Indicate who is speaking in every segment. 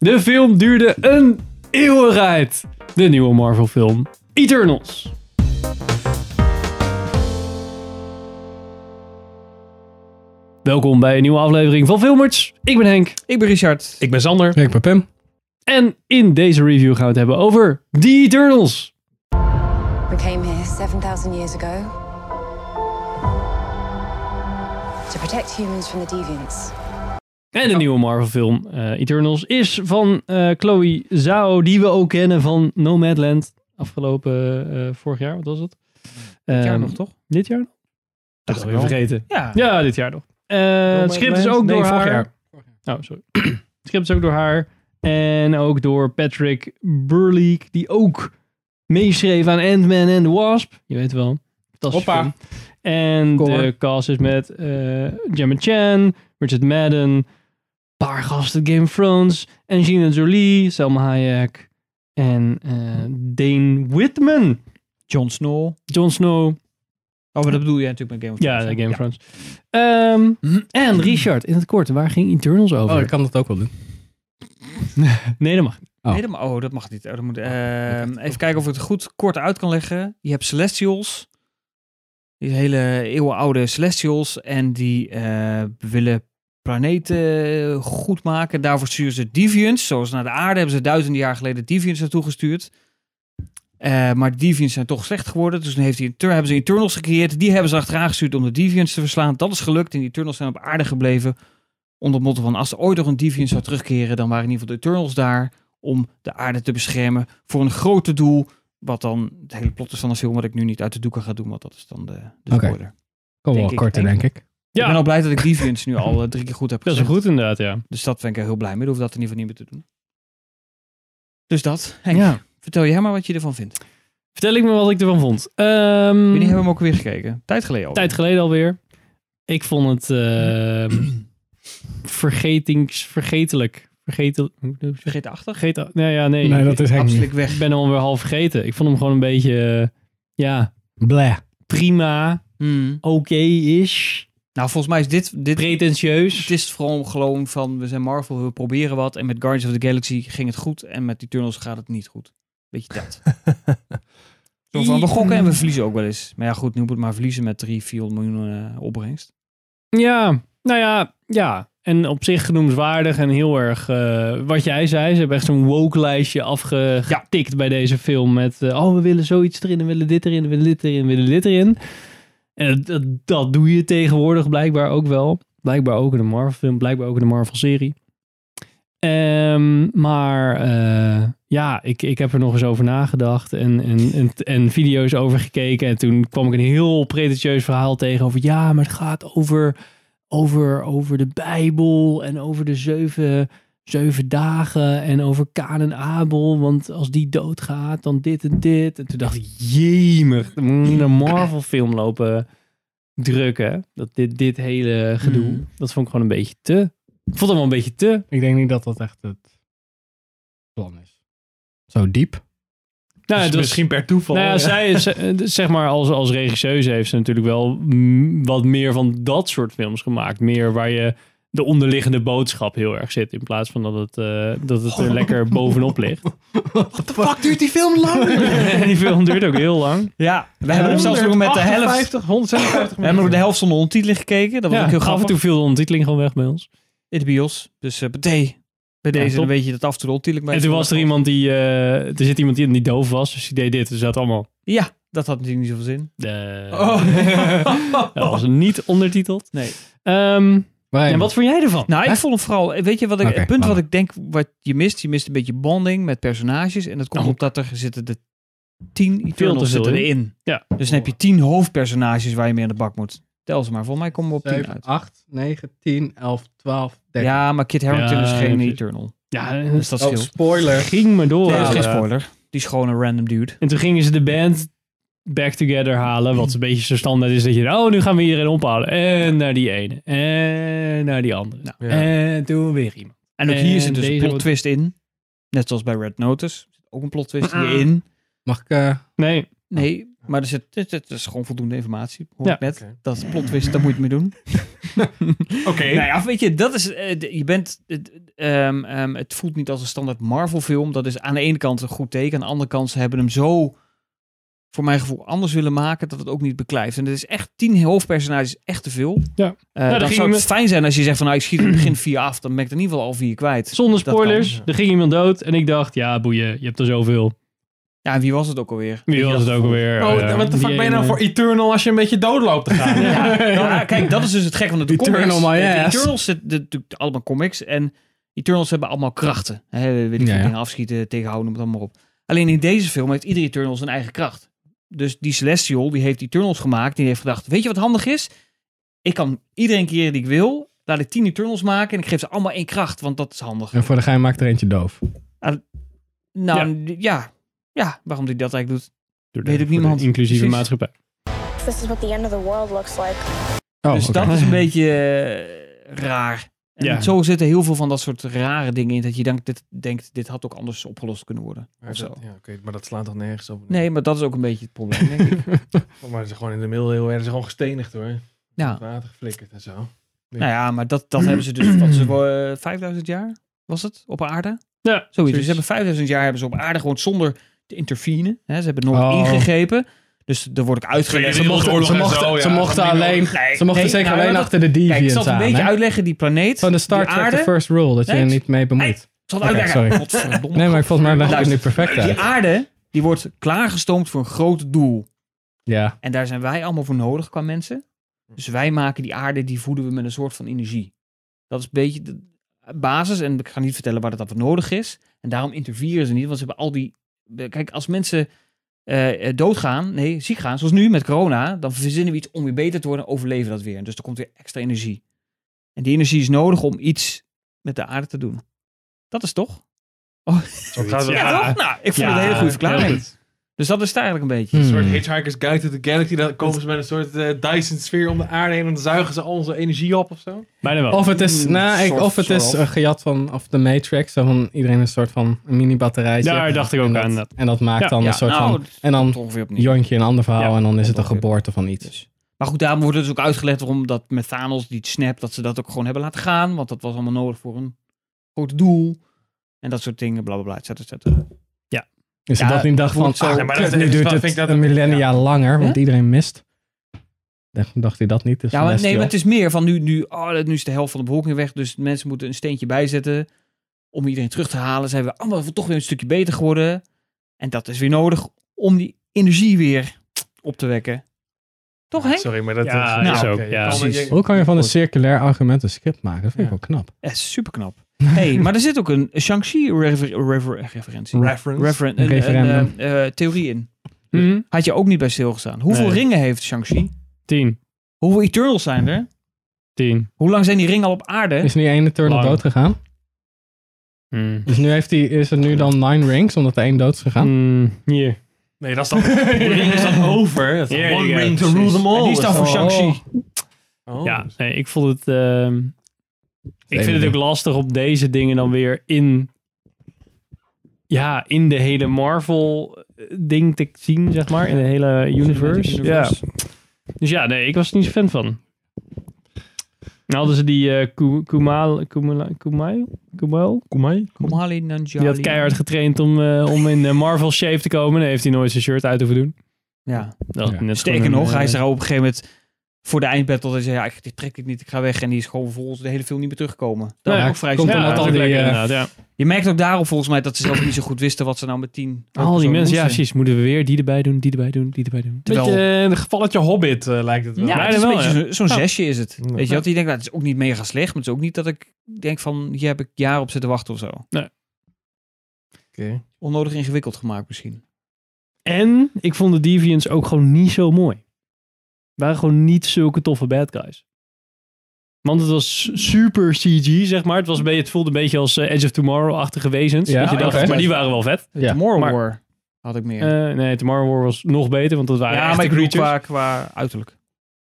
Speaker 1: De film duurde een eeuwigheid. De nieuwe Marvel film Eternals. Welkom bij een nieuwe aflevering van Filmers. Ik ben Henk.
Speaker 2: Ik ben Richard.
Speaker 3: Ik ben Sander.
Speaker 4: Ik ben Pem.
Speaker 1: En in deze review gaan we het hebben over The Eternals.
Speaker 5: We came here 7,000 years ago to protect humans from the deviants.
Speaker 1: En de nieuwe Marvel film eh, Eternals is van eh, Chloe Zhao, die we ook kennen van Nomadland. Afgelopen eh, vorig jaar, wat was het?
Speaker 2: Dit jaar
Speaker 1: Ehm,
Speaker 2: nog, toch?
Speaker 1: Dit jaar nog? Dat
Speaker 3: ik
Speaker 1: is weer
Speaker 3: wel.
Speaker 1: vergeten.
Speaker 2: Ja.
Speaker 1: Ja, dit jaar nog. Eh, het script is ook
Speaker 2: Nee,
Speaker 1: door
Speaker 2: vorig
Speaker 1: haar.
Speaker 2: jaar.
Speaker 1: Oh, sorry. het script is ook door haar. En ook door Patrick Burleek, die ook meeschreef aan Ant-Man en The Wasp. Je weet wel. Fantastisch.
Speaker 2: Hoppa.
Speaker 1: En
Speaker 2: Kom
Speaker 1: de
Speaker 2: hoor.
Speaker 1: cast is met eh Gemma Chan, Richard Madden, een paar gasten Game of Thrones, Angelina Jolie, Selma Hayek en eh, Dane Whitman.
Speaker 2: Jon Snow.
Speaker 1: Jon Snow.
Speaker 2: Oh, maar dat bedoel jij natuurlijk met Game of
Speaker 1: Ja,
Speaker 2: Thrones.
Speaker 1: de Game of Thrones. Ehm, en Richard, in het kort, waar ging Eternals over?
Speaker 4: Oh, ik kan dat ook wel doen.
Speaker 1: Nee, dat mag niet.
Speaker 4: Oh.
Speaker 2: Nee, dat ma- oh, dat mag niet. Oh, dat moet, ehm, even kijken of ik het goed kort uit kan leggen. Je hebt Celestials. Die hele eeuwenoude Celestials. En die eh, willen planeten eh, goed maken. Daarvoor sturen ze Deviants. Zoals naar de aarde hebben ze duizenden jaar geleden Deviants naartoe gestuurd. Eh, maar de Deviants zijn toch slecht geworden. Dus toen heeft hij, Eter- hebben ze Eternals gecreëerd. Die hebben ze achteraan gestuurd om de Deviants te verslaan. Dat is gelukt. En die Eternals zijn op aarde gebleven. Onder het motto van als er ooit nog een Deviant zou terugkeren... dan waren in ieder geval de Eternals daar om de aarde te beschermen voor een groter doel. Wat dan het hele plot is van een film wat ik nu niet uit de doeken ga doen, want dat is dan de, de
Speaker 4: Oké.
Speaker 2: spoiler.
Speaker 4: Kom
Speaker 2: Denk
Speaker 4: wel
Speaker 2: ik,
Speaker 4: korter,
Speaker 2: denk
Speaker 4: denk ik.
Speaker 1: Ja.
Speaker 2: Ik ben al blij dat ik Deviants nu al eh, drie keer goed heb
Speaker 1: Best
Speaker 2: gezegd.
Speaker 1: wel goed inderdaad, ja.
Speaker 2: Dus dat ben ik er heel blij mee. Dan hoef ik dat in ieder geval niet meer te doen. Dus dat. Henk,
Speaker 1: Ja.
Speaker 2: vertel jij maar wat je ervan
Speaker 1: Hmm.
Speaker 2: vindt.
Speaker 1: Vertel ik me wat ik ervan vond. Ehm,
Speaker 2: Jullie hebben hem ook weer gekeken. Tijd geleden al.
Speaker 1: Tijd geleden alweer. Ik vond het ehm, vergetings... Vergetelijk. Vergetel... hoe noem je het?
Speaker 2: Vergeetachtig.
Speaker 1: Vergeten... Nee, ja, nee.
Speaker 4: Nee,
Speaker 1: ik-
Speaker 4: dat is Henk niet.
Speaker 2: Absoluut weg.
Speaker 1: Ik ben hem alweer half vergeten. Ik vond hem gewoon een beetje... eh, ja,
Speaker 4: Bleh.
Speaker 1: prima.
Speaker 2: Hmm.
Speaker 1: Oké-ish.
Speaker 2: Nou, volgens mij is dit... dit
Speaker 1: Pretentieus.
Speaker 2: het is vooral gewoon van, we zijn Marvel, we proberen wat. En met Guardians of the Galaxy ging het goed. En met Eternals gaat het niet goed. Weet je dat? Zo van, we gokken en we verliezen ook wel eens. Maar ja, goed, nu moet het maar verliezen met 3, 400 miljoen eh, opbrengst.
Speaker 1: Ja, nou ja, ja. En op zich genoemswaardig en heel erg eh, wat jij zei. Ze hebben echt zo'n woke-lijstje afgetikt bij deze film. Met, eh, oh, we willen zoiets erin, we willen dit erin, we willen dit erin, we willen dit erin. En dat, dat, dat doe je tegenwoordig blijkbaar ook wel. Blijkbaar ook in de Marvel-film, blijkbaar ook in de Marvel-serie. Ehm, maar eh, ja, ik, ik heb er nog eens over nagedacht en, en, en, en video's over gekeken. En toen kwam ik een heel pretentieus verhaal tegen over... ja, maar het gaat over, over, over de Bijbel en over de zeven, zeven dagen... en over Kaan en Abel, want als die doodgaat, dan dit en dit. En toen dacht ik, jemig, dan moet je in een Marvel-film lopen drukken. Dat dit, dit hele gedoe,
Speaker 2: Mm.
Speaker 1: dat vond ik gewoon een beetje te... Ik vond het wel een beetje te...
Speaker 4: Ik denk niet dat dat echt het plan is. Zo diep.
Speaker 1: Nou,
Speaker 3: Dus
Speaker 1: het was-
Speaker 3: misschien per toeval.
Speaker 1: Nou ja,
Speaker 3: ja.
Speaker 1: zij is, eh, zeg maar, als, als regisseuse heeft ze natuurlijk wel mm, wat meer van dat soort films gemaakt. Meer waar je de onderliggende boodschap heel erg zit. In plaats van dat het, eh, dat het er lekker bovenop ligt.
Speaker 4: Fuck, duurt die film lang?
Speaker 1: en die film duurt ook heel lang.
Speaker 2: Ja, we hebben hem zelfs nog met de helft...
Speaker 3: 158, 156
Speaker 2: We hebben nog de helft zonder ondertiteling gekeken. Dat was
Speaker 1: Ja,
Speaker 2: ook heel
Speaker 1: af en
Speaker 2: grappig.
Speaker 1: toe viel de ondertiteling gewoon weg bij ons.
Speaker 2: In de bios. Dus eh bij bij
Speaker 1: Ja,
Speaker 2: deze
Speaker 1: top.
Speaker 2: dan weet je dat af en toe de ondertiteling bij
Speaker 1: En
Speaker 2: is.
Speaker 1: toen was er iemand die... eh, er zit iemand die, die doof was, dus die deed dit. Dus dat allemaal...
Speaker 2: Ja, dat had natuurlijk niet zoveel zin.
Speaker 1: eh,
Speaker 2: Oh.
Speaker 1: dat was niet ondertiteld.
Speaker 2: Nee.
Speaker 1: Ehm,
Speaker 4: Maar
Speaker 1: en wat vond jij ervan?
Speaker 2: Nou, ik
Speaker 4: Hè?
Speaker 2: vond hem vooral... Weet je wat ik...
Speaker 4: Oké,
Speaker 2: het punt
Speaker 4: laat
Speaker 2: wat ik denk wat je mist... Je mist een beetje bonding met personages. En dat komt
Speaker 1: Oh.
Speaker 2: omdat er zitten de tien Eternals
Speaker 1: veel
Speaker 2: zitten
Speaker 1: in.
Speaker 2: erin.
Speaker 1: Ja.
Speaker 2: Dus dan heb je tien hoofdpersonages waar je mee aan de bak moet. Tel ze maar. Volgens mij komen we op tien
Speaker 4: 7,
Speaker 2: uit.
Speaker 4: 8, 9, 10, 11, 12, 13.
Speaker 2: Ja, maar Kit Harington
Speaker 1: Ja,
Speaker 2: is geen
Speaker 1: precies.
Speaker 2: Eternal.
Speaker 1: Ja,
Speaker 2: Dus dat
Speaker 4: Oh,
Speaker 2: scheelt.
Speaker 4: spoiler.
Speaker 1: ging me door.
Speaker 2: Nee, dat is geen
Speaker 1: Ja.
Speaker 2: spoiler. Die is gewoon een random dude.
Speaker 1: En toen gingen ze de band back together halen. Wat een beetje zo standaard is dat je... Oh, nu gaan we iedereen ophalen. En naar die ene. En naar die andere.
Speaker 2: Nou,
Speaker 3: Ja.
Speaker 1: En toen weer iemand.
Speaker 2: En ook
Speaker 1: En
Speaker 2: hier zit dus een
Speaker 1: deze
Speaker 2: plot
Speaker 1: wordt-
Speaker 2: twist in.
Speaker 1: Ah.
Speaker 2: Net zoals bij Red Notice. Ook een plot twist hierin.
Speaker 4: Mag ik... eh,
Speaker 1: Nee.
Speaker 2: Nee, Maar er zit, het, het is gewoon voldoende informatie. Hoor
Speaker 1: Ja.
Speaker 2: ik net.
Speaker 3: Oké.
Speaker 2: Dat is plot twist, daar moet je het mee doen.
Speaker 3: Oké.
Speaker 2: Nou ja, weet je, dat is. eh, d- je bent. het- ehm, ehm, het voelt niet als een standaard Marvel-film. Dat is aan de ene kant een goed teken. Aan de andere kant, ze hebben hem zo. Voor mijn gevoel anders willen maken dat het ook niet beklijft. En het is echt tien hoofdpersonages echt te veel.
Speaker 1: Ja.
Speaker 2: Eh,
Speaker 1: dan ging
Speaker 2: dan zou het
Speaker 1: iemand-
Speaker 2: fijn zijn als je zegt van nou, ik schiet in het begin vier af, dan ben ik er in ieder geval al vier kwijt.
Speaker 1: Zonder
Speaker 2: Dat
Speaker 1: spoilers,
Speaker 3: kan.
Speaker 1: er ging iemand dood en ik dacht, ja boeien, je hebt er zoveel.
Speaker 2: Ja, en wie was het ook alweer?
Speaker 1: Wie was het ook alweer?
Speaker 3: Oh,
Speaker 1: ja.
Speaker 3: wat de fuck
Speaker 1: Die
Speaker 3: ben je nou
Speaker 1: ene-
Speaker 3: voor Eternal als je een beetje dood loopt te gaan?
Speaker 2: eh, Ja, nou, kijk, dat is dus het gek van de
Speaker 4: Eternal
Speaker 2: comics.
Speaker 4: my
Speaker 2: De
Speaker 4: ass.
Speaker 2: Eternals zitten natuurlijk allemaal comics en Eternals hebben allemaal krachten. Hè, weet ik
Speaker 4: Ja,
Speaker 2: veel,
Speaker 4: ja.
Speaker 2: dingen afschieten, tegenhouden, noem het allemaal op. Alleen in deze film heeft iedere Eternal zijn eigen kracht. Dus die Celestial, die heeft Eternals gemaakt, die heeft gedacht, weet je wat handig is? Ik kan iedereen keren die ik wil, laat ik tien Eternals maken en ik geef ze allemaal één kracht, want dat is handig.
Speaker 4: En voor de gein maakt er eentje doof.
Speaker 2: Nou, ja. ja. Ja, waarom die dat eigenlijk doet.
Speaker 1: Door
Speaker 2: Weet ook
Speaker 1: voor de
Speaker 2: niemand.
Speaker 1: Inclusieve
Speaker 2: Precies.
Speaker 1: maatschappij.
Speaker 6: This is what the end of the world looks like.
Speaker 4: Oh,
Speaker 2: dus
Speaker 4: oké.
Speaker 2: dat is een beetje eh, raar. En
Speaker 1: Ja.
Speaker 2: zo zitten heel veel van dat soort rare dingen in dat je denkt, dit, denkt, dit had ook anders opgelost kunnen worden.
Speaker 3: Maar
Speaker 2: of zo.
Speaker 3: dat, ja, oké, maar dat slaat toch nergens op? Oh,
Speaker 2: Nee, maar dat is ook een beetje het probleem, denk ik.
Speaker 3: Maar ze gewoon in de middeleeuwen werden ze gewoon gestenigd hoor.
Speaker 2: Ja.
Speaker 3: Water geflikkerd en zo.
Speaker 2: Nou ja, maar dat, dat hebben ze dus, wat ze, eh, 5000 jaar was het, op aarde?
Speaker 1: Ja,
Speaker 2: Zoiets. Dus ze hebben 5000 jaar hebben ze op aarde gewoon zonder te intervenen. Hè? Ze hebben nooit
Speaker 4: Oh.
Speaker 2: ingegrepen. Dus daar word ik uitgelegd. Ze mochten,
Speaker 3: Wereldoorlog
Speaker 4: ze
Speaker 3: en
Speaker 4: mochten,
Speaker 3: zo, ja.
Speaker 4: ze mochten
Speaker 3: Dat
Speaker 4: alleen,
Speaker 3: niet
Speaker 2: nee,
Speaker 4: ze mochten
Speaker 2: nee,
Speaker 4: zeker
Speaker 2: nou,
Speaker 4: alleen
Speaker 2: dat-
Speaker 4: achter de
Speaker 2: Kijk, ik
Speaker 4: deviants
Speaker 2: zal het een
Speaker 4: aan.
Speaker 2: beetje
Speaker 4: hè?
Speaker 2: uitleggen. Die planeet,
Speaker 4: Van de Star
Speaker 2: die
Speaker 4: Trek, de
Speaker 2: aarde.
Speaker 4: first rule, dat je
Speaker 2: Nee,
Speaker 4: er niet mee bemoeit.
Speaker 2: Ik zal het
Speaker 4: Oké,
Speaker 2: uitleggen.
Speaker 4: sorry.
Speaker 2: Godverdomme.
Speaker 4: Nee, maar ik volgens mij leg ik het nu
Speaker 2: Luister.
Speaker 4: perfect
Speaker 2: Die
Speaker 4: uit.
Speaker 2: aarde, die wordt klaargestoomd voor een groot doel.
Speaker 4: Ja,
Speaker 2: En daar zijn wij allemaal voor nodig qua mensen. Dus wij maken die aarde, die voeden we met een soort van energie. Dat is een beetje de basis. En ik ga niet vertellen waar dat dan voor nodig is. En daarom intervieren ze niet, want ze hebben al die... Kijk, als mensen eh, eh, doodgaan, nee, ziek gaan, zoals nu met corona... dan verzinnen we iets om weer beter te worden en overleven dat weer. Dus er komt weer extra energie. En die energie is nodig om iets met de aarde te doen. Dat is toch?
Speaker 3: Zo gaat het.
Speaker 2: Ja,
Speaker 3: Ja.
Speaker 2: toch? Nou, ik vond het een hele goede verklaring. Dus dat is het eigenlijk een beetje.
Speaker 4: Hmm.
Speaker 3: Een soort Hitchhiker's Guide to the Galaxy. Dan komen ze met een soort eh, Dyson-sfeer om de aarde heen en dan zuigen ze al onze energie op of zo.
Speaker 1: Bijna wel.
Speaker 4: Of het is, nou, ik,
Speaker 2: soort-
Speaker 4: of het is
Speaker 2: soort.
Speaker 4: eh, gejat van of de Matrix. Zo van iedereen een soort van mini-batterijtje.
Speaker 1: Daar dacht ik ook
Speaker 4: en
Speaker 1: aan,
Speaker 4: Dat,
Speaker 1: dat.
Speaker 4: en dat maakt
Speaker 1: Ja,
Speaker 4: dan
Speaker 2: ja,
Speaker 4: een soort
Speaker 2: nou,
Speaker 4: van... En
Speaker 2: Komt
Speaker 4: dan
Speaker 2: ongeveer opnieuw.
Speaker 4: jontje een ander verhaal
Speaker 1: Ja,
Speaker 4: en dan is het een
Speaker 2: dat ongeveer.
Speaker 4: geboorte van iets.
Speaker 2: Dus. Maar goed, daarom wordt het dus ook uitgelegd waarom dat met Thanos die snap, dat ze dat ook gewoon hebben laten gaan. Want dat was allemaal nodig voor een groot doel. En dat soort dingen, bla bla bla, et cetera, et cetera.
Speaker 4: Dus
Speaker 2: Ja,
Speaker 4: dat niet dacht van,
Speaker 2: wordt zo-
Speaker 4: ah,
Speaker 3: Ja, maar dat
Speaker 4: kut,
Speaker 3: is-
Speaker 4: nu
Speaker 3: dat
Speaker 4: duurt
Speaker 3: vind
Speaker 4: het
Speaker 3: ik dat-
Speaker 4: een millennia langer, want
Speaker 2: Hè?
Speaker 4: iedereen mist. Dacht- Dacht hij dat niet? Dus
Speaker 2: Ja, maar, nee,
Speaker 4: Celestial.
Speaker 2: maar het is meer van nu, nu, oh, nu is de helft van de bevolking weg. Dus mensen moeten een steentje bijzetten om iedereen terug te halen. Zijn we allemaal toch weer een stukje beter geworden. En dat is weer nodig om die energie weer op te wekken. Toch, hè?
Speaker 3: Sorry, maar dat
Speaker 1: Ja,
Speaker 3: is...
Speaker 2: is
Speaker 1: ook,
Speaker 3: oké,
Speaker 1: ja.
Speaker 3: je kan-
Speaker 2: Precies.
Speaker 3: je-
Speaker 4: Hoe kan je van een circulair argument een script maken? Dat vind ik
Speaker 3: Ja.
Speaker 4: wel knap.
Speaker 2: Ja, super knap. Eh, hey, maar er zit ook een Shang-Chi refer- refer- referentie.
Speaker 3: Reference.
Speaker 2: Referen- een-
Speaker 4: Referendum.
Speaker 2: een, eh, eh, theorie in.
Speaker 1: Mhm.
Speaker 2: Had je ook niet bij stilgestaan. Hoeveel
Speaker 1: Nee.
Speaker 2: ringen heeft Shang-Chi?
Speaker 1: Tien.
Speaker 2: Hoeveel Eternals zijn er?
Speaker 1: Tien.
Speaker 2: Hoe lang zijn die ringen al op aarde?
Speaker 4: Is nu één Eternal
Speaker 1: Lang.
Speaker 4: dood gegaan?
Speaker 1: Mm.
Speaker 4: Dus nu heeft hij, is het nu dan Nine Rings, omdat er één dood is gegaan?
Speaker 1: Mm, Hier.
Speaker 3: Nee, dat is dan... De ring is dan over. Dat is
Speaker 1: Ja,
Speaker 3: one
Speaker 1: ja,
Speaker 3: ring to
Speaker 1: precies.
Speaker 3: rule them all.
Speaker 2: En die is dan voor
Speaker 3: Oh.
Speaker 2: Shang-Chi.
Speaker 3: Oh.
Speaker 1: Ja, nee, ik vond het... ehm, ik vind het
Speaker 4: idee.
Speaker 1: ook lastig om deze dingen dan weer in... Ja, in de hele Marvel-ding te zien, zeg maar. In de hele universe. Ja. Dus ja, nee, ik was er niet zo fan van. Dan hadden ze die eh, Ku- Kumail... Kumail? Kumail? Kumail?
Speaker 3: Komai?
Speaker 2: Kumali Nanjiani.
Speaker 1: Die had keihard getraind om, eh, om in eh, Marvel shape te komen. Dan heeft hij nooit zijn shirt uit hoeven doen.
Speaker 2: Ja.
Speaker 1: Dat
Speaker 4: Ja.
Speaker 1: net
Speaker 2: Sterker
Speaker 1: gewoon een,
Speaker 2: nog, hij is
Speaker 1: eh,
Speaker 2: er al op een gegeven moment voor de eindbattle. Dat hij zei, ja, ik ik trek dit niet, ik ga weg. En die is gewoon volgens de hele film niet meer teruggekomen. Dat
Speaker 1: Ja,
Speaker 2: ook vrij
Speaker 4: komt
Speaker 2: snel.
Speaker 1: ja,
Speaker 4: omdat
Speaker 1: dat is
Speaker 4: al die,
Speaker 1: lekker,
Speaker 4: eh,
Speaker 1: inderdaad, ja.
Speaker 2: Je merkt ook daarop volgens mij dat ze zelf niet zo goed wisten wat ze nou met tien...
Speaker 1: Al die
Speaker 2: personen
Speaker 1: mensen, ja
Speaker 2: moesten.
Speaker 1: precies. Moeten we weer die erbij doen, die erbij doen, die erbij doen.
Speaker 2: Terwijl-
Speaker 3: Beetje een gevalletje Hobbit eh, lijkt het wel.
Speaker 1: Ja,
Speaker 2: Ja, het
Speaker 1: bijna
Speaker 2: is een
Speaker 1: wel,
Speaker 2: beetje
Speaker 1: ja.
Speaker 2: zo- zo'n
Speaker 1: Ja.
Speaker 2: zesje is het.
Speaker 3: Ja.
Speaker 2: Weet je wat? Die denkt, nou, het is ook niet mega slecht. Maar het is ook niet dat ik denk van, hier heb ik jaren op zitten wachten of zo.
Speaker 3: Oké.
Speaker 2: Onnodig ingewikkeld gemaakt misschien.
Speaker 1: En ik vond de Deviants ook gewoon niet zo mooi. waren gewoon niet zulke toffe bad guys. Want het was su- super CG, zeg maar. Het, was een beetje, het voelde een beetje als eh, Edge of Tomorrow-achtige wezens.
Speaker 4: Ja,
Speaker 1: dat je dacht,
Speaker 4: oké.
Speaker 1: maar die waren wel vet.
Speaker 2: De
Speaker 4: Ja,
Speaker 2: Tomorrow
Speaker 1: maar-
Speaker 2: War had ik meer.
Speaker 1: Eh, nee, Tomorrow War was nog beter, want dat waren
Speaker 2: ja,
Speaker 1: echte
Speaker 2: maar ik bedoel
Speaker 1: creatures.
Speaker 2: qua, qua uiterlijk.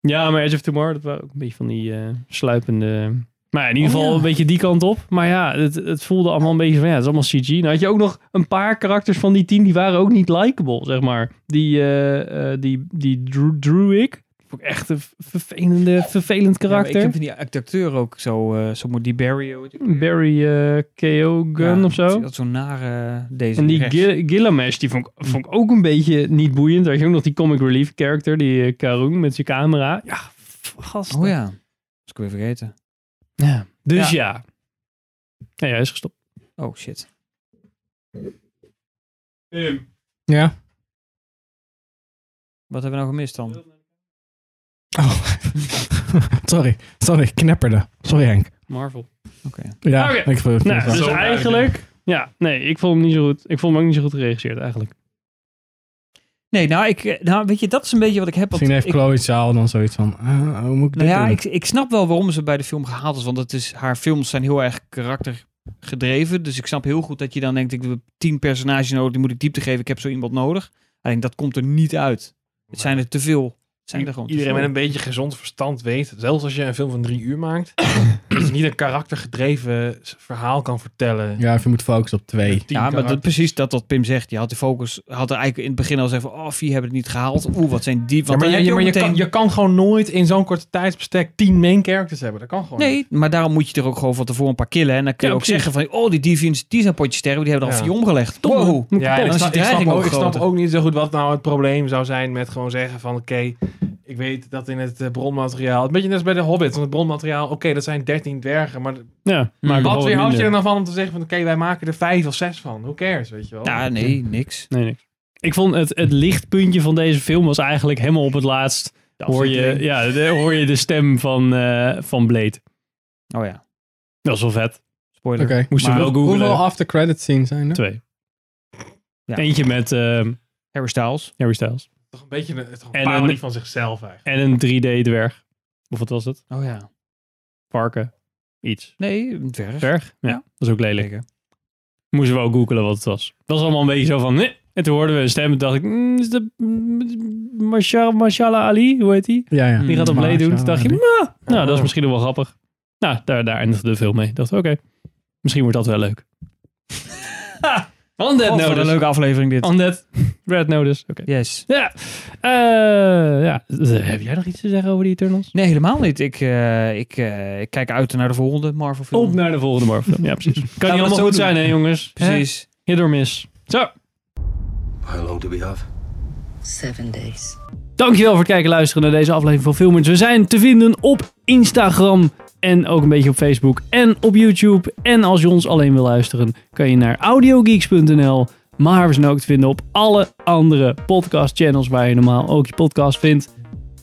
Speaker 1: Ja, maar Edge of Tomorrow, dat waren ook een beetje van die eh, sluipende Maar ja, in
Speaker 2: Oh,
Speaker 1: ieder geval een beetje die kant op. Maar ja, het, het voelde allemaal een beetje van ja, het is allemaal CG. Dan had je ook nog een paar karakters van die tien die waren ook niet likable, zeg maar. Die, eh eh die, die Drew, Druig, die vond ik echt een vervelende, vervelend
Speaker 2: Ja, maar
Speaker 1: karakter.
Speaker 2: ik vind die act- acteur ook zo, eh, zo moet die Barry. hoe heet die ook weer?
Speaker 1: Barry eh Keoghan
Speaker 2: Ja,
Speaker 1: of zo.
Speaker 2: die had zo'n nare eh, deze.
Speaker 1: En die
Speaker 2: rechts.
Speaker 1: Gil- Gilgamesh, die vond ik, vond ik ook een beetje niet boeiend. Daar had je ook nog die comic relief character, die eh, Karung met zijn camera. Ja, f- gast.
Speaker 2: Oh ja, dat is ik weer vergeten.
Speaker 1: Ja. Dus ja. ja. hij is gestopt.
Speaker 2: Oh shit.
Speaker 4: Ja.
Speaker 2: Wat hebben we nou gemist dan?
Speaker 4: Oh. sorry, sorry, ik knepperde. Sorry Henk.
Speaker 1: Marvel.
Speaker 4: Ja,
Speaker 1: Oké.
Speaker 4: ik vond
Speaker 1: Nou, dus
Speaker 3: Zo
Speaker 1: eigenlijk... Ja, nee, ik vond hem niet zo goed. Ik vond hem ook niet zo goed geregisseerd eigenlijk.
Speaker 2: Nee, nou, ik, eh, nou weet je, dat is een beetje wat ik heb. want
Speaker 4: Misschien heeft
Speaker 2: ik-
Speaker 4: Chloe Zaal dan zoiets van, ah, hoe moet ik dit
Speaker 2: Nou ja,
Speaker 4: doen?
Speaker 2: ik, ik snap wel waarom ze bij de film gehaald is. Want het is, haar films zijn heel erg karaktergedreven. Dus ik snap heel goed dat je dan denkt, ik heb tien personages nodig, die moet ik diepte geven. Ik heb zo iemand nodig. Alleen dat komt er niet uit. Het zijn er te veel. Het zijn er gewoon te
Speaker 3: Iedereen met
Speaker 2: veel.
Speaker 3: een beetje gezond verstand weet, zelfs als je een film van drie uur maakt, dat je niet een karaktergedreven s- verhaal kan vertellen.
Speaker 4: Ja, of je moet focussen op twee.
Speaker 3: Tien
Speaker 2: ja, maar dat,
Speaker 3: karakter-
Speaker 2: precies dat wat Pim zegt. Je had de focus, had er eigenlijk in het begin al zeggen, oh, vier hebben het niet gehaald. Oeh, wat zijn die?
Speaker 3: Ja,
Speaker 2: Want dan
Speaker 3: maar, je,
Speaker 2: heb
Speaker 3: ja, maar
Speaker 2: ook
Speaker 3: je, kan,
Speaker 2: meteen-
Speaker 3: je kan gewoon nooit in zo'n korte tijdsbestek tien main characters hebben. Dat kan gewoon niet.
Speaker 2: Nee, maar daarom moet je er ook gewoon van tevoren een paar killen. En dan kun je
Speaker 1: Ja,
Speaker 2: ook zeggen van, oh, die deviants, die zijn potjes sterren, die hebben er al
Speaker 3: Ja.
Speaker 2: vier omgelegd. Wow.
Speaker 1: Moet kapot.
Speaker 3: Ja, en
Speaker 2: Dan
Speaker 3: ik,
Speaker 2: is die
Speaker 3: snap, ik, snap
Speaker 2: dreiging
Speaker 3: ook,
Speaker 2: ook
Speaker 3: ik snap
Speaker 2: groter.
Speaker 3: ook niet zo goed wat nou het probleem zou zijn met gewoon zeggen van oké, ik weet dat in het eh, bronmateriaal, een beetje net als bij de Hobbit, van het bronmateriaal, oké, dat zijn 13 dwergen, maar
Speaker 1: Ja, maar
Speaker 3: wat weer
Speaker 1: had
Speaker 3: houd je er nou van om te zeggen van oké, wij maken er vijf of zes van, who cares, weet je wel.
Speaker 2: Ja, Nou, nee, niks.
Speaker 1: Nee, niks. Ik vond het, het lichtpuntje van deze film was eigenlijk helemaal op het laatst. Hoor je,
Speaker 2: afzetting.
Speaker 1: ja, de- hoor je de stem van, eh, van Blade.
Speaker 2: Oh ja,
Speaker 1: Dat was wel vet.
Speaker 2: spoiler.
Speaker 1: Moesten we
Speaker 2: Maar
Speaker 1: wel googlen.
Speaker 4: Hoeveel after credit scenes zijn er?
Speaker 1: Twee.
Speaker 2: Ja.
Speaker 1: Eentje met eh,
Speaker 2: Harry Styles.
Speaker 1: Harry Styles.
Speaker 3: Toch een beetje een, toch een
Speaker 1: En
Speaker 3: parodie
Speaker 1: een-
Speaker 3: van zichzelf eigenlijk.
Speaker 1: En een 3D-dwerg. Of wat was het?
Speaker 2: Oh ja.
Speaker 1: Varken. Iets.
Speaker 2: Nee, een dwerg.
Speaker 1: Dwerg? Ja,
Speaker 2: Ja.
Speaker 1: dat is ook lelijk. Moesten we ook googelen wat het was. Dat was allemaal een beetje zo van... Nee. En toen hoorden we een stem en dacht ik... mm, is dat mm, Mashal- Mashallah Ali? Hoe heet die?
Speaker 4: Ja, ja.
Speaker 1: Die gaat op
Speaker 4: Maar
Speaker 1: Blade doen.
Speaker 4: zo-
Speaker 1: Toen dacht je... "Ma, Nou, dat is misschien nog wel grappig. Nou, daar, daar eindigde de film mee. Ik dacht, oké. misschien wordt dat wel leuk. Undead
Speaker 2: Oh, wat een
Speaker 1: Notice.
Speaker 2: leuke aflevering dit.
Speaker 1: Undead. Red Notice. Oké.
Speaker 2: Yes.
Speaker 1: Ja. Eh, ja. Heb jij nog iets te zeggen over die Eternals?
Speaker 2: Nee, helemaal niet. Ik, eh, ik, eh, ik kijk uit naar de volgende Marvel film.
Speaker 1: Op naar de volgende Marvel. film. Ja, precies. Kan niet
Speaker 2: we
Speaker 1: allemaal goed
Speaker 2: dat zo doen?
Speaker 1: zijn, hè, jongens?
Speaker 2: Precies.
Speaker 1: Hè? Hit or miss. Zo.
Speaker 7: How long do we have?
Speaker 5: Seven days.
Speaker 1: Dankjewel voor het kijken en luisteren naar deze aflevering van Filmers. We zijn te vinden op Instagram en ook een beetje op Facebook en op YouTube. En als je ons alleen wil luisteren, kan je naar audiogeeks.nl. Maar we zijn ook te vinden op alle andere podcast channels waar je normaal ook je podcast vindt.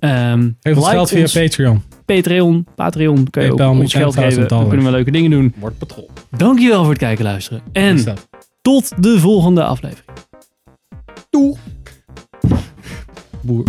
Speaker 1: Ehm
Speaker 4: Geef ons geld via
Speaker 1: ons
Speaker 4: Patreon.
Speaker 1: Patreon. Patreon kan je ook
Speaker 4: PayPal,
Speaker 1: ons geld
Speaker 4: 10.000
Speaker 1: geven. Dan
Speaker 4: dollars.
Speaker 1: kunnen we leuke dingen doen.
Speaker 3: Wordt patrol.
Speaker 1: Dankjewel voor het kijken en luisteren.
Speaker 4: Is
Speaker 1: En
Speaker 4: dat?
Speaker 1: tot de volgende aflevering.
Speaker 4: Boer.